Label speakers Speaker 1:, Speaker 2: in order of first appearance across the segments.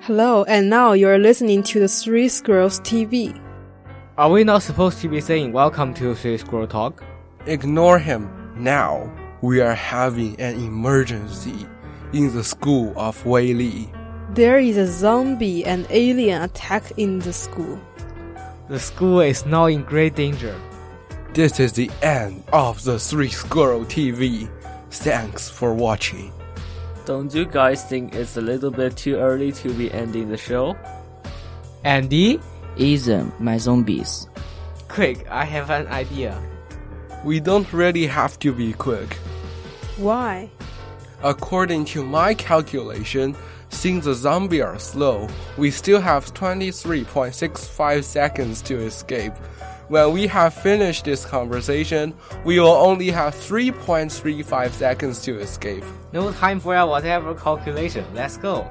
Speaker 1: Hello, and now you're listening to the Three Squirrels TV.
Speaker 2: Are we not supposed to be saying welcome to Three Squirrel Talk?
Speaker 3: Ignore him. Now we are having an emergency in the school of Weili.
Speaker 1: There is a zombie and alien attack in the school.
Speaker 2: The school is now in great danger.
Speaker 3: This is the end of the Three Squirrel TV. Thanks for watching.
Speaker 4: Don't you guys think it's a little bit too early to be ending the show?
Speaker 2: Andy?
Speaker 5: Ethan, my zombies.
Speaker 2: Quick, I have an idea.
Speaker 3: We don't really have to be quick.
Speaker 1: Why?
Speaker 3: According to my calculation, since the zombies are slow, we still have 23.65 seconds to escape. When we have finished this conversation, we will only have 3.35 seconds to escape.
Speaker 2: No time for a whatever calculation. Let's go.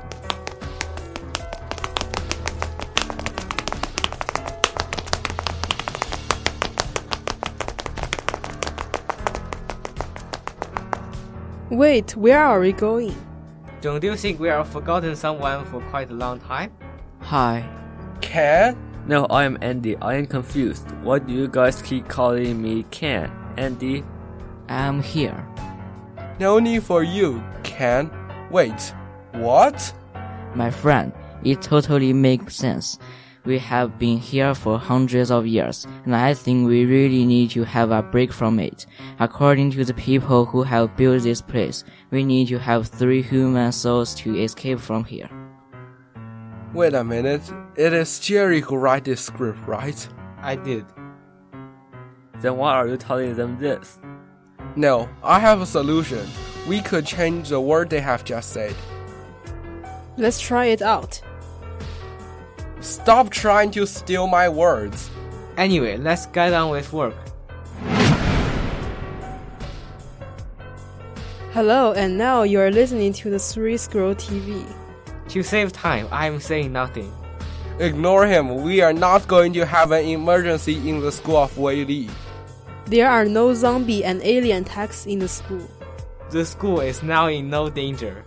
Speaker 1: Wait, where are we going?
Speaker 2: Don't you think we have forgotten someone for quite a long time?
Speaker 5: Hi.
Speaker 3: Can?
Speaker 4: No, I am Andy. I am confused. Why do you guys keep calling me Ken? Andy?
Speaker 5: I'm here.
Speaker 3: No need for you, Can. Wait, what?
Speaker 5: My friend, it totally makes sense. We have been here for hundreds of years, and I think we really need to have a break from it. According to the people who have built this place, we need to have three human souls to escape from here.
Speaker 3: Wait a minute. It is Jerry who write this script, right?
Speaker 2: I did.
Speaker 4: Then why are you telling them this?
Speaker 3: No, I have a solution. We could change the word they have just said.
Speaker 1: Let's try it out.
Speaker 3: Stop trying to steal my words.
Speaker 2: Anyway, let's get on with work.
Speaker 1: Hello, and now you're listening to the Three Squirrel TV.
Speaker 2: To save time, I am saying nothing.
Speaker 3: Ignore him. We are not going to have an emergency in the school of Wei Li.
Speaker 1: There are no zombie and alien attacks in the school.
Speaker 2: The school is now in no danger.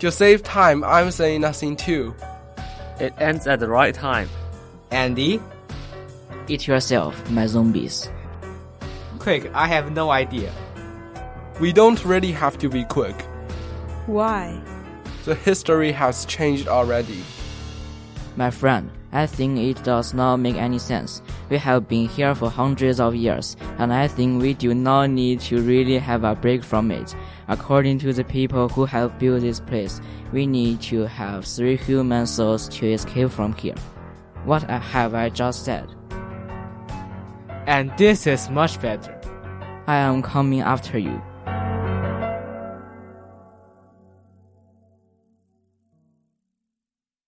Speaker 3: To save time, I'm saying nothing too.
Speaker 4: It ends at the right time.
Speaker 2: Andy?
Speaker 5: Eat yourself, my zombies.
Speaker 2: Quick, I have no idea.
Speaker 3: We don't really have to be quick.
Speaker 1: Why?
Speaker 3: The history has changed already.
Speaker 5: My friend, I think it does not make any sense. We have been here for hundreds of years, and I think we do not need to really have a break from it. According to the people who have built this place, we need to have three human souls to escape from here. What I- have I just said?
Speaker 2: And this is much better.
Speaker 5: I am coming after you.